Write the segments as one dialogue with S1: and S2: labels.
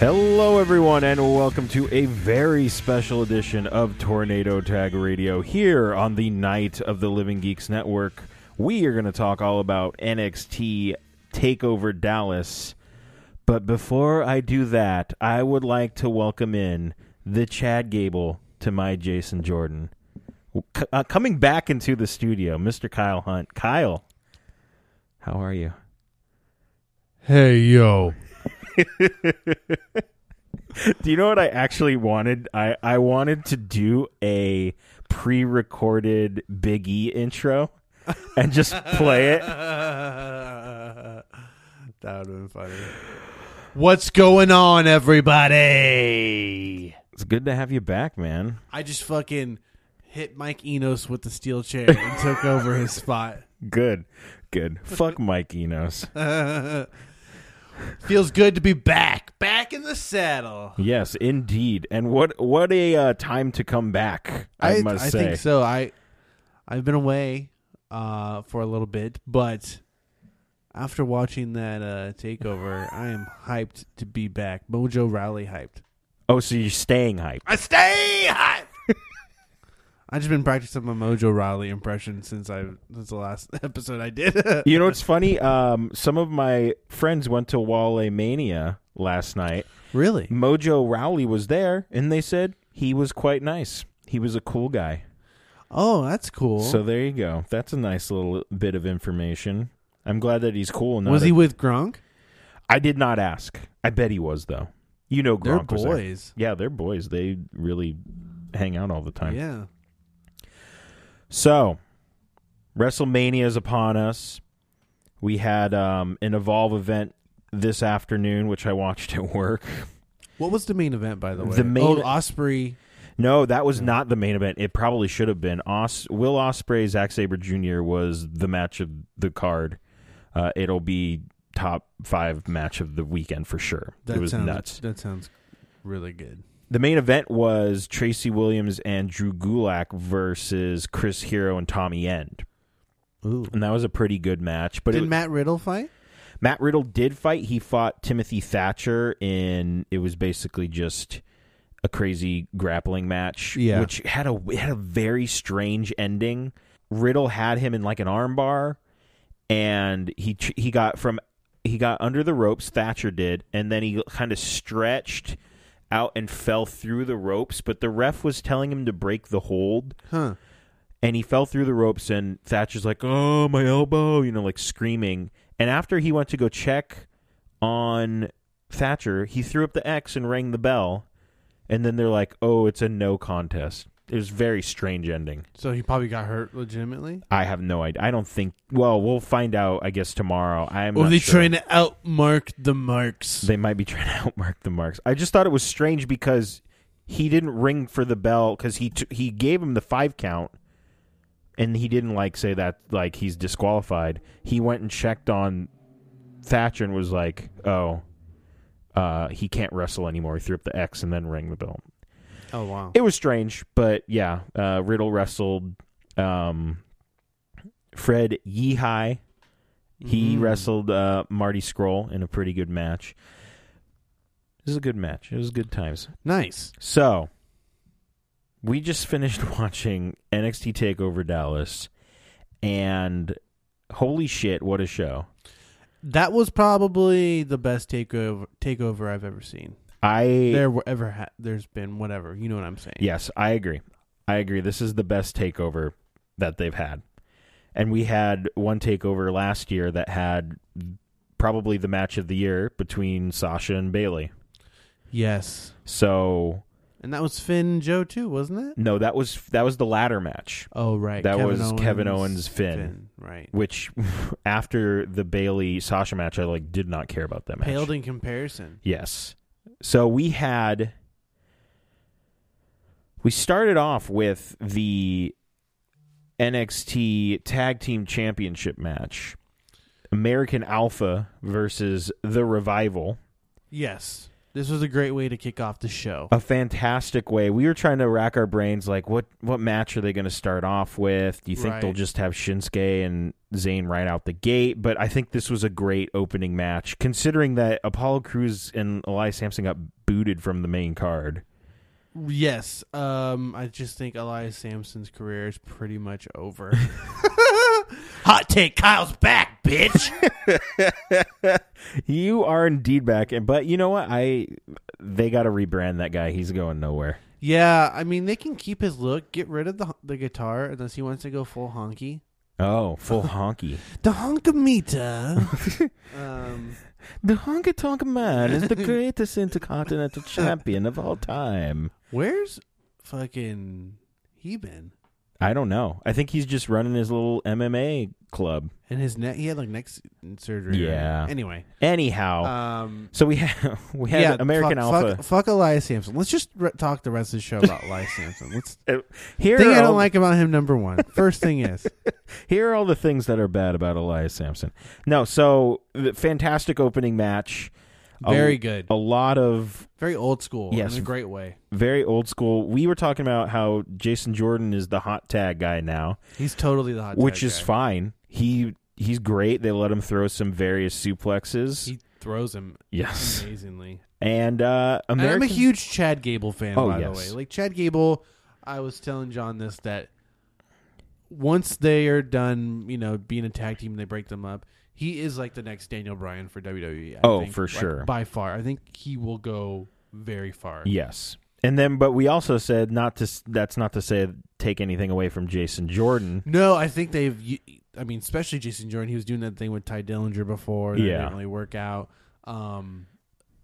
S1: Hello, everyone, and welcome to a very special edition of Tornado Tag Radio here on the Night of the Living Geeks Network. We are going to talk all about NXT TakeOver Dallas. But before I do that, I would like to welcome in the Chad Gable to my Jason Jordan. C- uh, coming back into the studio, Mr. Kyle Hunt. Kyle, how are you?
S2: Hey yo.
S1: Do you know what I actually wanted? I, I wanted to do a pre recorded Big E intro and just play it.
S2: that would have been funny. What's going on, everybody?
S1: It's good to have you back, man.
S2: I just fucking hit Mike Enos with the steel chair and took over his spot.
S1: Good. Good. Fuck Mike Enos.
S2: Feels good to be back, back in the saddle.
S1: Yes, indeed. And what what a uh, time to come back, I, must
S2: I
S1: say.
S2: think so. I I've been away uh, for a little bit, but after watching that uh, takeover, I am hyped to be back. Mojo Rally hyped.
S1: Oh, so you're staying hype.
S2: I stay hot. I've just been practicing my Mojo Riley impression since I since the last episode I did.
S1: You know what's funny? Um, some of my friends went to Wale Mania last night.
S2: really?
S1: Mojo Rowley was there, and they said he was quite nice. He was a cool guy.
S2: Oh, that's cool.
S1: So there you go. That's a nice little bit of information. I'm glad that he's cool. Now
S2: was he with Gronk?
S1: I did not ask. I bet he was though. You know,
S2: They're
S1: Gronk was there.
S2: boys.
S1: Yeah, they're boys. They really hang out all the time.
S2: Yeah.
S1: So, WrestleMania is upon us. We had um, an Evolve event this afternoon, which I watched at work.
S2: What was the main event, by the way?
S1: The main-
S2: oh, Osprey.
S1: No, that was not the main event. It probably should have been. Os- Will Osprey, Zack Saber Jr. was the match of the card. Uh, it'll be top five match of the weekend for sure.
S2: That
S1: it was
S2: sounds
S1: nuts.
S2: That sounds really good.
S1: The main event was Tracy Williams and Drew Gulak versus Chris Hero and Tommy End,
S2: Ooh.
S1: and that was a pretty good match. But
S2: Did
S1: it,
S2: Matt Riddle fight?
S1: Matt Riddle did fight. He fought Timothy Thatcher, and it was basically just a crazy grappling match,
S2: Yeah.
S1: which had a it had a very strange ending. Riddle had him in like an armbar, and he ch- he got from he got under the ropes. Thatcher did, and then he kind of stretched out and fell through the ropes. But the ref was telling him to break the hold,
S2: Huh.
S1: and he fell through the ropes and Thatcher's like, "Oh, my elbow," you know, like screaming. And after he went to go check on Thatcher, he threw up the X and rang the bell. And then they're like, "Oh, it's a no contest." It was a very strange ending.
S2: So he probably got hurt legitimately.
S1: I have no idea. I don't think. Well, we'll find out. I guess tomorrow. I'm.
S2: Or
S1: not
S2: they
S1: sure.
S2: trying to outmark the marks.
S1: They might be trying to outmark the marks. I just thought it was strange because he didn't ring for the bell because he t- he gave him the five count, and he didn't like say that like he's disqualified. He went and checked on Thatcher and was like, "Oh, uh, he can't wrestle anymore." He threw up the X and then rang the bell.
S2: oh wow.
S1: It was strange, but yeah, uh, Riddle wrestled um, Fred Yehi. He
S2: Mm.
S1: wrestled uh, Marty Scroll in a pretty good match. This is a good match. It was good times.
S2: Nice.
S1: So, we just finished watching NXT Takeover Dallas, and holy shit, what a show!
S2: That was probably the best takeover takeover I've ever seen.
S1: I
S2: There were ever ha- there's been whatever. You know what I'm saying?
S1: Yes, I agree. I agree. This is the best takeover that they've had. And we had one takeover last year that had probably the match of the year between Sasha and Bailey.
S2: Yes.
S1: So
S2: And that was Finn and Joe too, wasn't it?
S1: no, that was that was the latter match,
S2: Oh right.
S1: That was Kevin Owens, Finn.
S2: Right.
S1: which after the Bailey Sasha match, I like did not care about that match.
S2: Paled in comparison.
S1: Yes. So we had we started off with the NXT Tag Team Championship match. American Alpha versus The Revival.
S2: Yes. This was a great way to kick off the show.
S1: A fantastic way. We were trying to rack our brains like what what match are they going to start off with? Do you think they'll
S2: Right.
S1: just have Shinsuke and Zayn right out the gate, but I think this was a great opening match considering that Apollo Cruz and Elias Sampson got booted from the main card.
S2: Yes. Um, I just think Elias Sampson's career is pretty much over. Hot take Kyle's back, bitch.
S1: You are indeed back, and but you know what? I they got to rebrand that guy. He's going nowhere.
S2: yeah, I mean they can keep his look, get rid of the the guitar unless he wants to go full honky.
S1: Oh, full honky.
S2: The honkamita. um
S1: The honky tonk man is the greatest intercontinental champion of all time.
S2: where's fucking he been?
S1: I don't know. I think he's just running his little MMA club.
S2: And his neck he had like neck s- surgery. right?
S1: Yeah.
S2: Anyway.
S1: Anyhow,
S2: Um
S1: so we had we had
S2: yeah,
S1: American
S2: fuck,
S1: Alpha.
S2: Fuck, fuck Elias Sampson. Let's just re- talk the rest of the show about Elias Sampson. Let's
S1: Here
S2: thing
S1: are
S2: I
S1: all-
S2: don't like about him. Number one, first thing is
S1: Here are all the things that are bad about Elias Sampson. No, so the fantastic opening match. A-
S2: very good,
S1: A lot of
S2: very old school.
S1: Oh. Yes.
S2: in a great way.
S1: very old school. We were talking about how Jason Jordan is the hot tag guy now,
S2: He's totally the hot. tag
S1: which is
S2: guy.
S1: fine. He he's great. They let him throw some various suplexes.
S2: He throws him
S1: yes.
S2: amazingly.
S1: And uh
S2: And
S1: American
S2: I'm a huge Chad Gable fan,
S1: Oh,
S2: by
S1: yes.
S2: the way. Like Chad Gable, I was telling John this that once they are done, you know, being a tag team, they break them up. He is like the next Daniel Bryan for WWE. I
S1: Oh,
S2: think,
S1: for
S2: like,
S1: sure.
S2: by far. I think he will go very far.
S1: Yes. And then but we also said not to s- that's not to say take anything away from Jason Jordan.
S2: No, I think they've. you- I mean, especially Jason Jordan. He was doing that thing with Ty Dillinger before. That
S1: Yeah.
S2: didn't really work out. Um,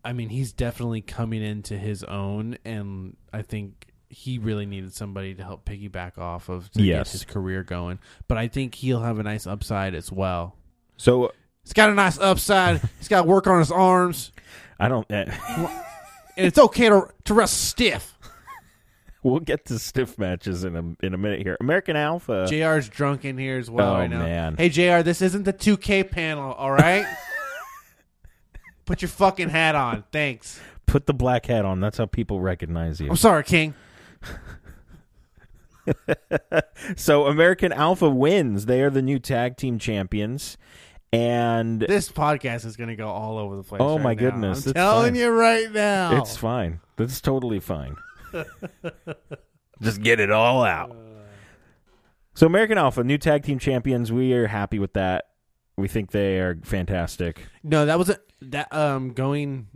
S2: I mean, he's definitely coming into his own, and I think he really needed somebody to help piggyback off of to
S1: Yes.
S2: get his career going. But I think he'll have a nice upside as well.
S1: So
S2: He's got a nice upside. he's got to work on his arms,
S1: I don't eh,
S2: and it's okay to to wrestle stiff.
S1: we'll get to stiff matches in a in a minute here. American Alpha.
S2: Jr's drunk in here as well
S1: Oh,
S2: right now.
S1: man.
S2: Hey Jr, this isn't the 2K panel, all right? Put your fucking hat on. Thanks.
S1: Put the black hat on. That's how people recognize you.
S2: I'm sorry, King.
S1: So American Alpha wins. They are the new tag team champions. And
S2: This podcast is gonna go all over the place.
S1: Oh,
S2: right
S1: my
S2: now.
S1: goodness.
S2: I'm
S1: It's
S2: telling
S1: fine.
S2: you right now.
S1: it's fine. That's totally fine. Just get it all out. So American Alpha, new tag team champions. We are happy with that. We think they are fantastic.
S2: no, that was a, that um going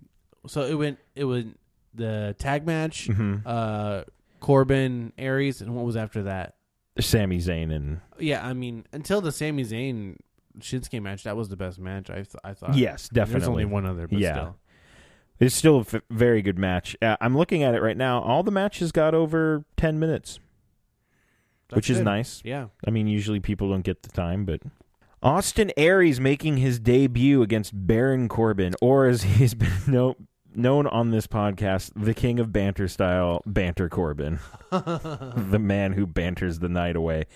S2: so it went it went the tag match,
S1: Mhm.
S2: uh Corbin, Aries, and what was after that?
S1: Sami Zayn and
S2: Yeah, I mean, until the Sami Zayn Shinsuke match, that was the best match I th- I thought.
S1: yes, definitely.
S2: There's only one other, but
S1: Yeah.
S2: still.
S1: It's still a f- very good match. Uh, I'm looking at it right now. All the matches got over 10 minutes,
S2: That's
S1: which is
S2: good.
S1: nice.
S2: Yeah.
S1: I mean, usually people don't get the time, but Austin Aries making his debut against Baron Corbin, or as he's been no, known on this podcast, the king of banter style, Banter Corbin, the man who banters the night away.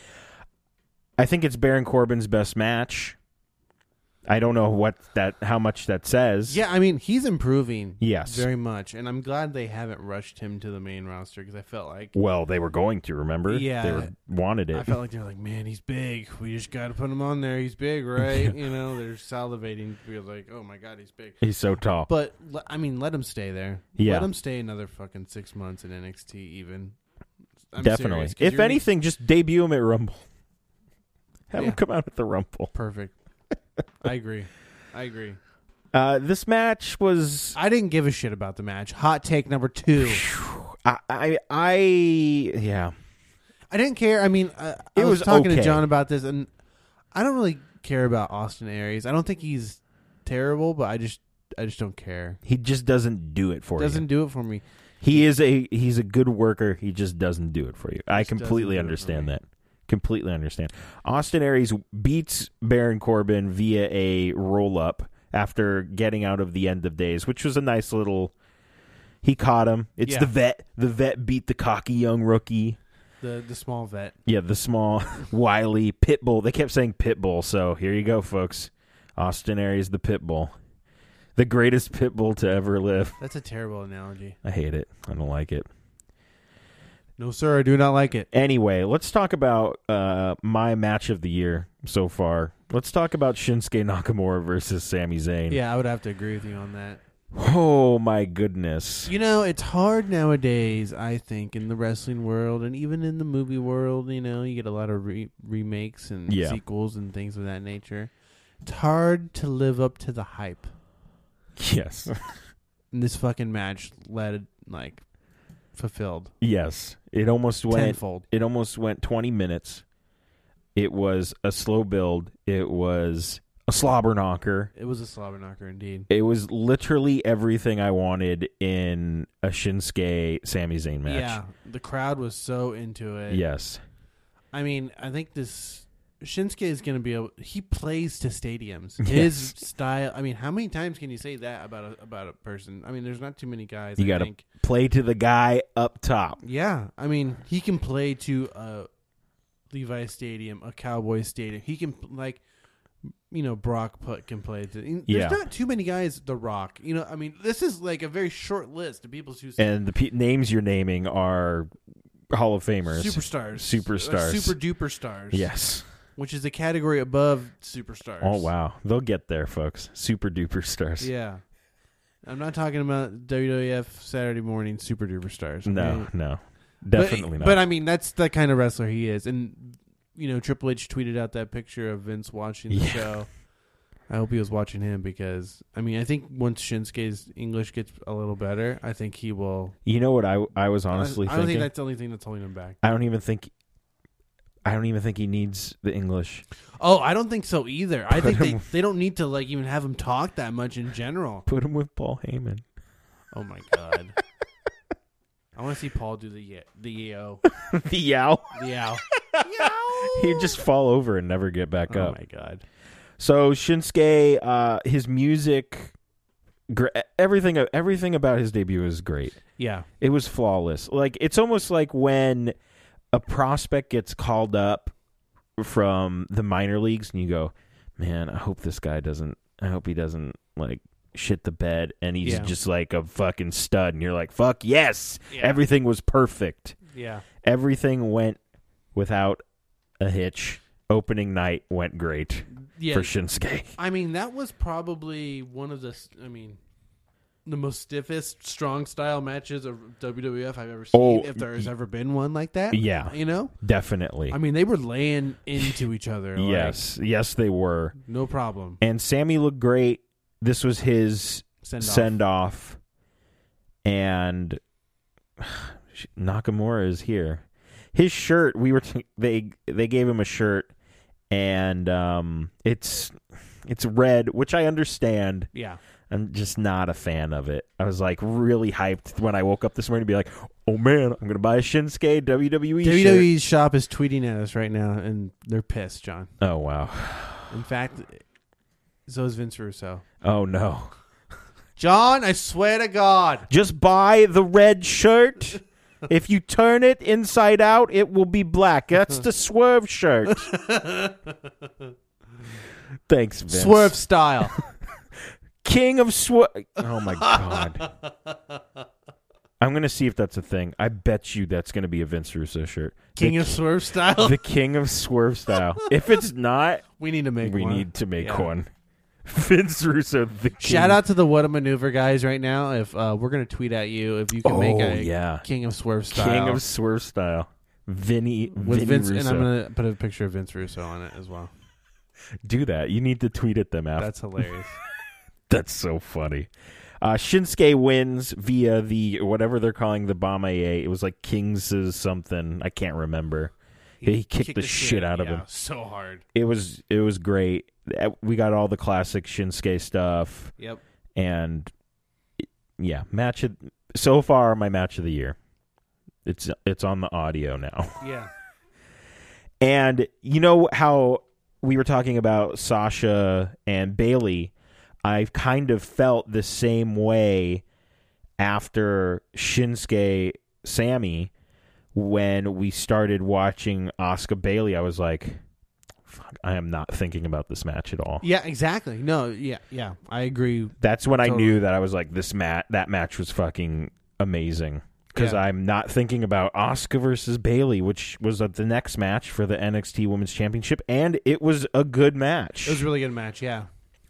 S1: I think it's Baron Corbin's best match. I don't know what that, how much that says.
S2: Yeah, I mean, he's improving.
S1: Yes.
S2: Very much. And I'm glad they haven't rushed him to the main roster because I felt like.
S1: Well, they were going to remember.
S2: Yeah.
S1: they were, wanted it.
S2: I felt like they're like, man, he's big. We just got to put him on there. He's big, right? you know, they're salivating. We're like, oh my god, he's big.
S1: He's so tall.
S2: But le- I mean, let him stay there.
S1: Yeah.
S2: let him stay another fucking six months in NXT. Even I'm
S1: Definitely.
S2: serious, 'cause
S1: if
S2: you're gonna-
S1: anything, just debut him at Rumble. Have him
S2: Yeah.
S1: come out at the Rumble.
S2: perfect. I agree. I agree.
S1: Uh, this match was
S2: I didn't give a shit about the match. Hot take number two.
S1: I I, I yeah.
S2: I didn't care. I mean, I, I
S1: It
S2: was,
S1: was
S2: talking
S1: okay.
S2: to John about this, and I don't really care about Austin Aries. I don't think he's terrible, but I just, I just don't care.
S1: He just doesn't do it for
S2: Doesn't
S1: you.
S2: do it for me.
S1: He is a he's a good worker. He just doesn't do it for you. I
S2: Just doesn't
S1: completely
S2: do it for
S1: understand
S2: me.
S1: that. Completely understand. Austin Aries beats Baron Corbin via a roll up after getting out of the end of days, which was a nice little. He caught him. It's
S2: Yeah.
S1: the vet. The vet beat the cocky young rookie.
S2: The the small vet.
S1: Yeah, the small wily pit bull. They kept saying pit bull, so here you go, folks. Austin Aries, the pit bull, the greatest pit bull to ever live.
S2: That's a terrible analogy.
S1: I hate it. I don't like it.
S2: No, sir, I do not like it.
S1: Anyway, let's talk about uh, my match of the year so far. Let's talk about Shinsuke Nakamura versus Sami Zayn.
S2: Yeah, I would have to agree with you on that.
S1: Oh my goodness.
S2: You know, it's hard nowadays, I think, in the wrestling world and even in the movie world. You know, you get a lot of re- remakes and
S1: Yeah.
S2: sequels and things of that nature. It's hard to live up to the hype.
S1: Yes.
S2: And this fucking match led, like, fulfilled
S1: yes. It almost went
S2: tenfold.
S1: it almost went 20 minutes. It was a slow build. It was a slobber knocker.
S2: It was a slobber knocker indeed.
S1: It was literally everything I wanted in a Shinsuke Sami Zayn match.
S2: Yeah, the crowd was so into it.
S1: Yes.
S2: I mean, I think this Shinsuke is going to be able. He plays to stadiums.
S1: Yes.
S2: His style. I mean, how many times can you say that about a, about a person? I mean, there's not too many guys.
S1: You
S2: I
S1: gotta-
S2: think.
S1: Play to the guy up top.
S2: Yeah, I mean, he can play to a Levi Stadium, a Cowboy Stadium. He can like, you know, Brock Putt can play to. There's
S1: Yeah.
S2: not too many guys. The Rock. You know, I mean, this is like a very short list of people who
S1: And the pe- names you're naming are Hall of Famers.
S2: superstars,
S1: Superstars.
S2: super duper stars.
S1: yes.
S2: which is the category above superstars.
S1: Oh wow. They'll get there, folks. Super duper stars.
S2: Yeah. I'm not talking about WWF Saturday morning super duper stars.
S1: No,
S2: okay?
S1: no.
S2: But-
S1: Definitely not.
S2: But I mean, that's the kind of wrestler he is. And, you know, Triple H tweeted out that picture of Vince watching the
S1: Yeah.
S2: show. I hope he was watching him because, I mean, I think once Shinsuke's English gets a little better, I think he will.
S1: you know what I I was honestly
S2: I, I don't
S1: thinking?
S2: think that's the only thing that's holding him back.
S1: I don't even think I don't even think he needs the English.
S2: Oh, I don't think so either. I
S1: Put
S2: think they,
S1: him-
S2: they don't need to, like, even have him talk that much in general.
S1: Put him with Paul Heyman.
S2: Oh, my God. I want to see Paul do the, ye- the yo.
S1: the yow.
S2: The owl.
S1: He'd just fall over and never get back
S2: Oh
S1: up.
S2: my god.
S1: So Shinsuke, uh, his music, gr- everything, everything about his debut is great.
S2: Yeah.
S1: It was flawless. Like it's almost like when a prospect gets called up from the minor leagues, and you go, "Man, I hope this guy doesn't. I hope he doesn't like shit the bed." And he's
S2: Yeah.
S1: just like a fucking stud, and you're like, "Fuck yes,
S2: Yeah.
S1: everything was perfect.
S2: yeah.
S1: Everything went without a hitch." Opening night went great
S2: Yeah.
S1: for Shinsuke.
S2: I mean, that was probably one of the s- I mean the most stiffest strong style matches of WWF I've ever seen
S1: Oh,
S2: if there's ever been one like that.
S1: Yeah.
S2: You know?
S1: Definitely.
S2: I mean, they were laying into each other. like,
S1: yes. Yes, they were.
S2: No problem.
S1: And Sammy looked great. This was his
S2: Send off.
S1: send off. And Nakamura is here. His shirt, we were t- they they gave him a shirt and um it's it's red, which I understand.
S2: Yeah.
S1: I'm just not a fan of it. I was like really hyped when I woke up this morning to be like, "Oh man, I'm going to buy a Shinsuke WWE, shirt."
S2: WWE's shop is tweeting at us right now and they're pissed, John.
S1: Oh wow.
S2: In fact, so is Vince Russo.
S1: Oh no.
S2: John, I swear to God.
S1: Just buy the red shirt. If you turn it inside out, it will be black. That's the swerve shirt. Thanks, Vince.
S2: Swerve style.
S1: King of swerve. Oh my god. I'm gonna see if that's a thing. I bet you that's gonna be a Vince Russo shirt.
S2: King
S1: the,
S2: of Swerve style.
S1: the King of Swerve style. If it's not,
S2: we need to make
S1: we
S2: one.
S1: need to make
S2: Yeah.
S1: one. Vince Russo. The king.
S2: Shout out to the What a Maneuver guys right now. If uh, we're gonna tweet at you, if you can
S1: Oh,
S2: make a
S1: yeah.
S2: King of Swerve style
S1: King of Swerve style. Vinny
S2: with
S1: Vinny
S2: Vince,
S1: Russo.
S2: and I'm gonna put a picture of Vince Russo on it as well.
S1: do that. You need to tweet at them after.
S2: That's hilarious.
S1: That's so funny. Uh, Shinsuke wins via the whatever they're calling the bomb AA. It was like King's something. I can't remember. He, kicked, the, shit, out of
S2: yeah,
S1: him.
S2: so hard.
S1: It was it was great. Uh, We got all the classic Shinsuke stuff
S2: Yep.
S1: and yeah, match of, so far my match of the year. It's it's on the audio now.
S2: Yeah.
S1: And you know how we were talking about Sasha and Bailey? I've kind of felt the same way after Shinsuke Sammy when we started watching Oscar Bailey. I was like, fuck, I am not thinking about this match at all.
S2: Yeah. Exactly. No. Yeah. Yeah. I agree.
S1: That's when I
S2: Totally.
S1: knew that I was like, this mat that match was fucking amazing. because
S2: Yeah.
S1: I'm not thinking about Oscar versus Bailey, which was at the next match for the NXT Women's Championship, and it was a good match.
S2: It was a really good match. Yeah,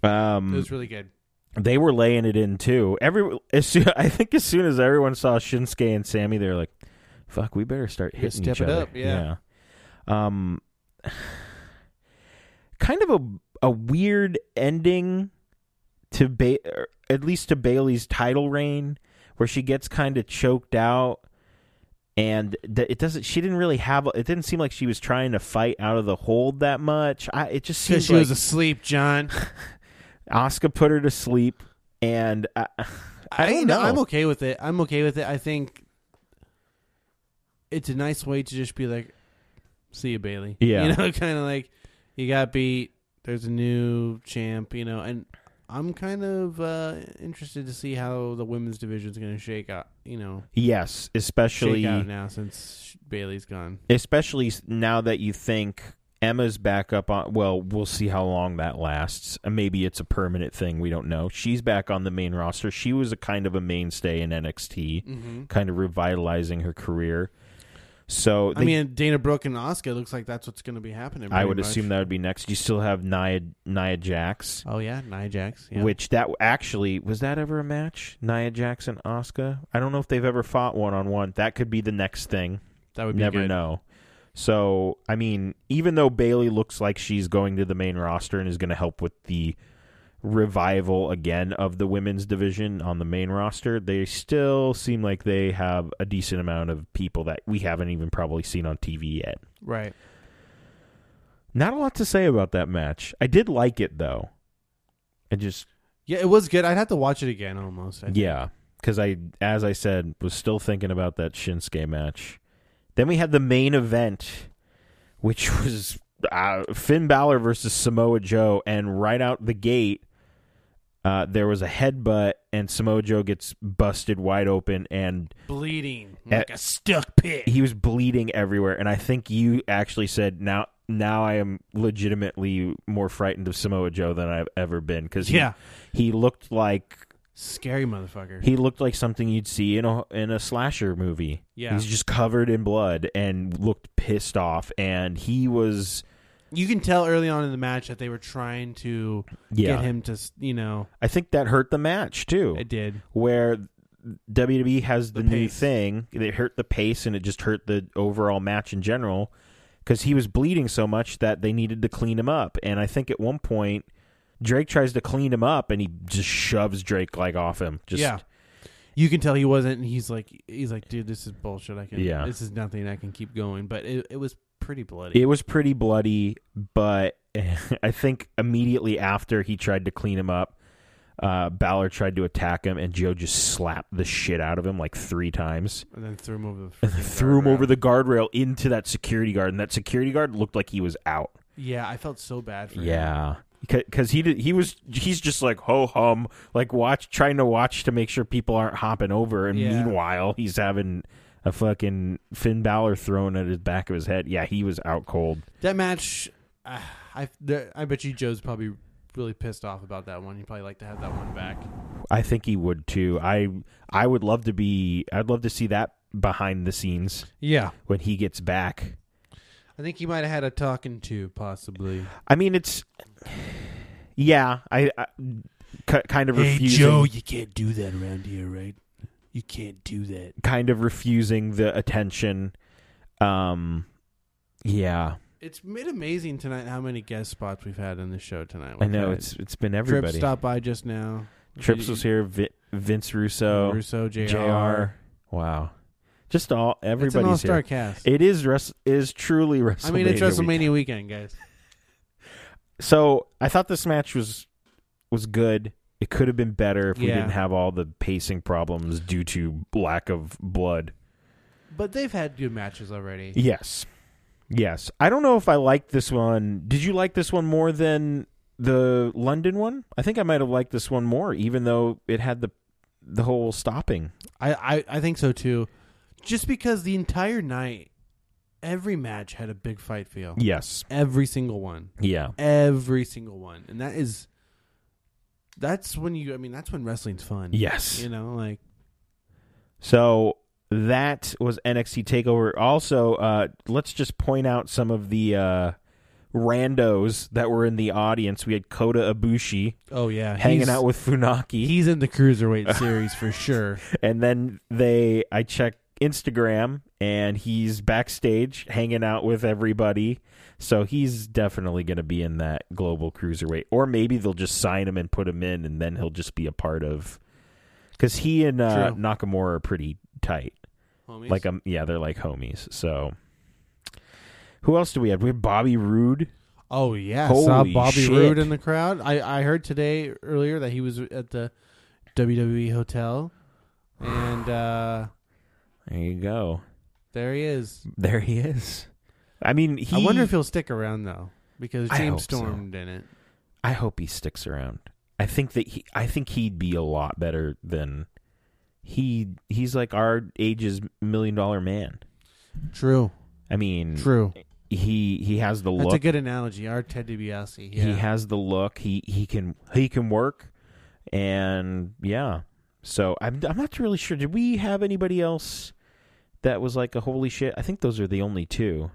S1: um,
S2: it was really good.
S1: they were laying it in too. Every as soon, I think as soon as everyone saw Shinsuke and Sammy, they were like, "Fuck, we better start
S2: Yeah,
S1: hitting
S2: step
S1: each
S2: it
S1: other."
S2: up, yeah.
S1: Yeah. Um, kind of a a weird ending to ba- or at least to Bailey's title reign, where she gets kind of choked out, and th- it doesn't. She didn't really have. a- It didn't seem like she was trying to fight out of the hold that much. I, it just seemed
S2: Because she
S1: like,
S2: was asleep, John.
S1: Oscar put her to sleep, and uh, I, I don't know.
S2: I'm okay with it. I'm okay with it. I think it's a nice way to just be like, "See you, Bailey."
S1: Yeah.
S2: you know, kind of like you got beat. There's a new champ, you know, and I'm kind of uh, interested to see how the women's division's going to shake out. You know,
S1: yes, especially
S2: shake out now since Bailey's gone.
S1: especially s- now that you think Emma's back up on. Well, we'll see how long that lasts. Uh, Maybe it's a permanent thing. We don't know. She's back on the main roster. She was a kind of a mainstay in NXT,
S2: Mm-hmm.
S1: kind of revitalizing her career. So
S2: I
S1: they-
S2: mean, Dana Brooke and Oscar looks like that's what's going to be
S1: I
S2: happening. pretty
S1: would
S2: much.
S1: assume that would be next. You still have Nia Nia Jax.
S2: Oh yeah, Nia Jax. Yeah.
S1: Which that actually was that ever a match? Nia Jax and Oscar. I don't know if they've ever fought one on one. That could be the next thing.
S2: that would be
S1: Never
S2: good.
S1: know. So I mean, even though Bailey looks like she's going to the main roster and is going to help with the revival again of the women's division on the main roster, they still seem like they have a decent amount of people that we haven't even probably seen on TV yet.
S2: Right.
S1: Not a lot to say about that match. I did like it though. I just
S2: Yeah, it was good. I'd have to watch it again almost. I think.
S1: Yeah, because I, as I said, was still thinking about that Shinsuke match. Then we had the main event, which was uh, Finn Balor versus Samoa Joe, and right out the gate, uh, there was a headbutt, and Samoa Joe gets busted wide open, and
S2: bleeding
S1: Eh.
S2: like a stuck pig.
S1: he was bleeding everywhere. And I think you actually said now. Now I am legitimately more frightened of Samoa Joe than I've ever been because
S2: Yeah,
S1: he looked like
S2: scary motherfucker.
S1: He looked like something you'd see in a in a slasher movie.
S2: Yeah.
S1: he's just covered in blood and looked pissed off, and he was
S2: you can tell early on in the match that they were trying to
S1: yeah.
S2: get him to, s- you know,
S1: I think that hurt the match too,
S2: it did.
S1: where WWE has the,
S2: The
S1: new
S2: pace.
S1: thing. It hurt the pace, and it just hurt the overall match in general because he was bleeding so much that they needed to clean him up. And I think at one point. Drake tries to clean him up, and he just shoves Drake like off him. Just
S2: yeah, you can tell he wasn't. And he's like, he's like, dude, this is bullshit. I can,
S1: Yeah.
S2: this is nothing. I can keep going, but it, it was pretty bloody.
S1: It was pretty bloody, but I think immediately after he tried to clean him up, uh, Balor tried to attack him, and Joe just slapped the shit out of him like three times.
S2: and then threw him over the
S1: And
S2: freaking
S1: threw him
S2: guardrail.
S1: over the guardrail into that security guard, and that security guard looked like he was out.
S2: Yeah, I felt so bad for him.
S1: Yeah, because he did, he was he's just like ho hum, like watch trying to watch to make sure people aren't hopping over, and
S2: Yeah.
S1: meanwhile he's having a fucking Finn Balor thrown at his back of his head. Yeah, he was out cold.
S2: That match, uh, I there, I bet you Joe's probably really pissed off about that one. He'd probably like to have that one back.
S1: I think he would too. I I would love to be. I'd love to see that behind the scenes
S2: Yeah,
S1: when he gets back.
S2: I think he might have had a talking to possibly.
S1: I mean, it's yeah. I, I ki- kind of refusing,
S2: you can't do that around here, right? You can't do that.
S1: kind of refusing the attention. Um, yeah,
S2: It's been amazing tonight how many guest spots we've had on the show tonight.
S1: I
S2: We've
S1: know
S2: had
S1: it's it's been
S2: Tripp
S1: everybody.
S2: stopped by just now.
S1: Trips was here. Vi- Vince Russo,
S2: Russo, Jr.
S1: Jr. Wow, just all
S2: It's an
S1: everybody's
S2: all-star
S1: here.
S2: cast.
S1: It is res- is truly WrestleMania.
S2: I mean, it's
S1: week.
S2: WrestleMania weekend, guys.
S1: So I thought this match was was good. It could have been better if we
S2: Yeah.
S1: didn't have all the pacing problems due to lack of blood.
S2: But they've had good matches already.
S1: Yes. Yes. I don't know if I liked this one. Did you like this one more than the London one? I think I might have liked this one more, even though it had the the whole stopping.
S2: I, I, I think so too. Just because the entire night, every match had a big fight feel.
S1: Yes.
S2: Every single one.
S1: Yeah.
S2: Every single one. And that is, that's when you, I mean, that's when wrestling's fun.
S1: Yes.
S2: You know, like,
S1: So that was NXT Takeover. Also, uh, let's just point out some of the uh, randos that were in the audience. We had Kota Ibushi
S2: Oh yeah,
S1: hanging
S2: he's-
S1: out with Funaki.
S2: He's in the cruiserweight series for sure.
S1: and then they i check instagram and he's backstage hanging out with everybody so he's definitely going to be in that global cruiserweight or maybe they'll just sign him and put him in and then he'll just be a part of because he and uh,
S2: True.
S1: nakamura are pretty tight like um yeah they're like homies so who else do we have we have bobby Roode.
S2: oh yeah, saw
S1: Holy
S2: Bobby
S1: shit.
S2: Roode in the crowd. I I heard today earlier that he was at the WWE hotel, and uh
S1: there you go
S2: there he is.
S1: there he is i mean he
S2: I wonder if he'll stick around though, because
S1: I hope
S2: James
S1: so.
S2: Storm didn't.
S1: I hope he sticks around. I think that he I think he'd be a lot better than he he's like our age's million dollar man.
S2: True,
S1: I mean
S2: true.
S1: he he has the
S2: That's a
S1: Mm. look.
S2: good analogy. Our Ted DiBiase.
S1: He
S2: Yeah.
S1: has the look. He he can he can work and yeah. So I'm I'm not really sure did we have anybody else that was like a holy shit? I think those are the only two.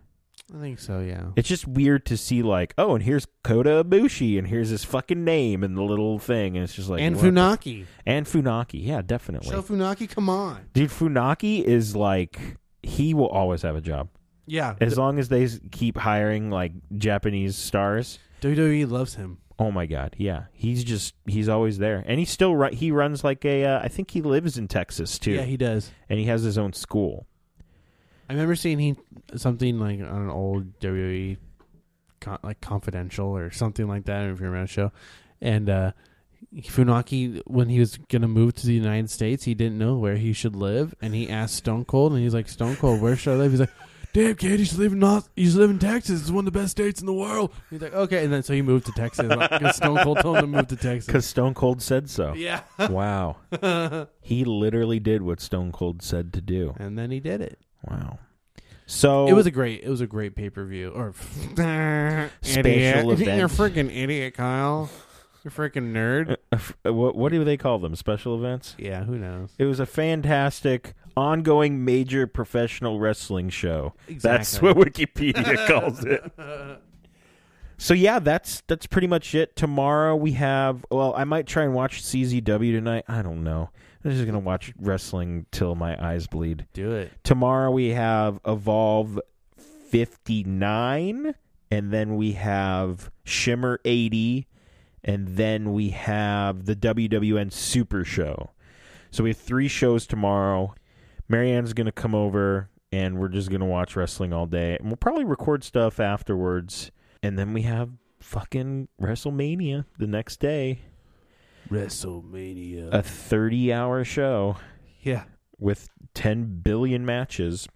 S2: I think so. Yeah.
S1: It's just weird to see like, oh, and here's Kota Ibushi and here's his fucking name and the little thing and it's just like
S2: and
S1: what the-
S2: Funaki.
S1: And Funaki, yeah, definitely.
S2: Show Funaki. Come on.
S1: Dude, Funaki is like he will always have a job
S2: Yeah.
S1: as long as they s- keep hiring like Japanese stars.
S2: WWE E loves him.
S1: Oh my god, yeah, he's just he's always there, and he still run, he runs like a uh, I think he lives in Texas too,
S2: Yeah, he does.
S1: and he has his own school.
S2: I remember seeing he something like on an old WWE, con, like Confidential or something like that. If you remember that show, and uh, Funaki when he was gonna move to the United States, he didn't know where he should live, and he asked Stone Cold, and he's like, "Stone Cold, where should I live?" He's like. Damn kid, you should live in North, you should live in Texas. It's one of the best states in the world. He's like, okay, and then so he moved to Texas because Stone Cold told him to move to Texas.
S1: Because Stone Cold said so.
S2: Yeah,
S1: Wow, he literally did what Stone Cold said to do.
S2: and then he did it.
S1: Wow. So
S2: It was a great. It was a great pay per view. Or idiot.
S1: event.
S2: You're freaking idiot, Kyle. You're freaking nerd.
S1: uh, what what do they call them? Special events.
S2: yeah, who knows?
S1: It was a fantastic ongoing major professional wrestling show. That's
S2: Exactly.
S1: what Wikipedia calls it. So yeah, that's that's pretty much it. Tomorrow we have well, I might try and watch CZW tonight. I don't know. I'm just gonna watch wrestling till my eyes bleed.
S2: Do it.
S1: Tomorrow we have Evolve 59, and then we have Shimmer 80, and then we have the WWN Super Show. So we have three shows tomorrow. Marianne's going to come over, and we're just going to watch wrestling all day. And we'll probably record stuff afterwards. And then we have fucking WrestleMania the next day,
S2: WrestleMania.
S1: a 30 hour show
S2: yeah.
S1: with 10 billion matches.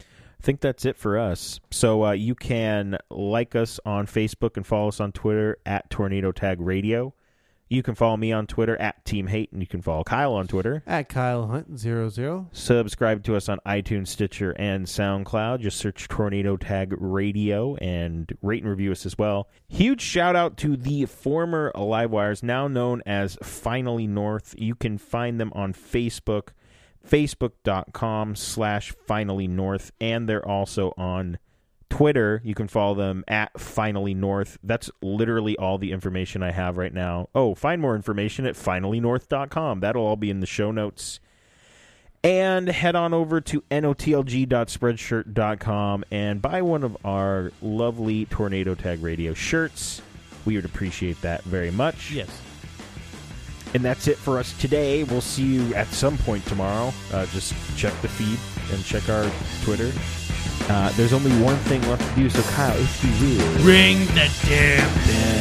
S1: I think that's it for us. So uh, you can like us on Facebook and follow us on Twitter at Tornado Tag Radio. You can follow me on Twitter at Team Hate, and you can follow Kyle on Twitter.
S2: At Kyle Hunt zero zero.
S1: Subscribe to us on iTunes, Stitcher, and SoundCloud. Just search Tornado Tag Radio and rate and review us as well. Huge shout out to the former Livewires, now known as Finally North. You can find them on Facebook, facebook.com slash Finally North, and they're also on Twitter. You can follow them at Finally North. That's literally all the information I have right now. Oh, find more information at finallynorth.com. That'll all be in the show notes and head on over to notlg.spreadshirt.com and buy one of our lovely tornado tag radio shirts we would appreciate that very much
S2: Yes.
S1: and that's it for us today we'll see you at some point tomorrow uh, just check the feed and check our twitter uh, there's only one thing left to do so kyle if you will
S2: Ring the damn bell.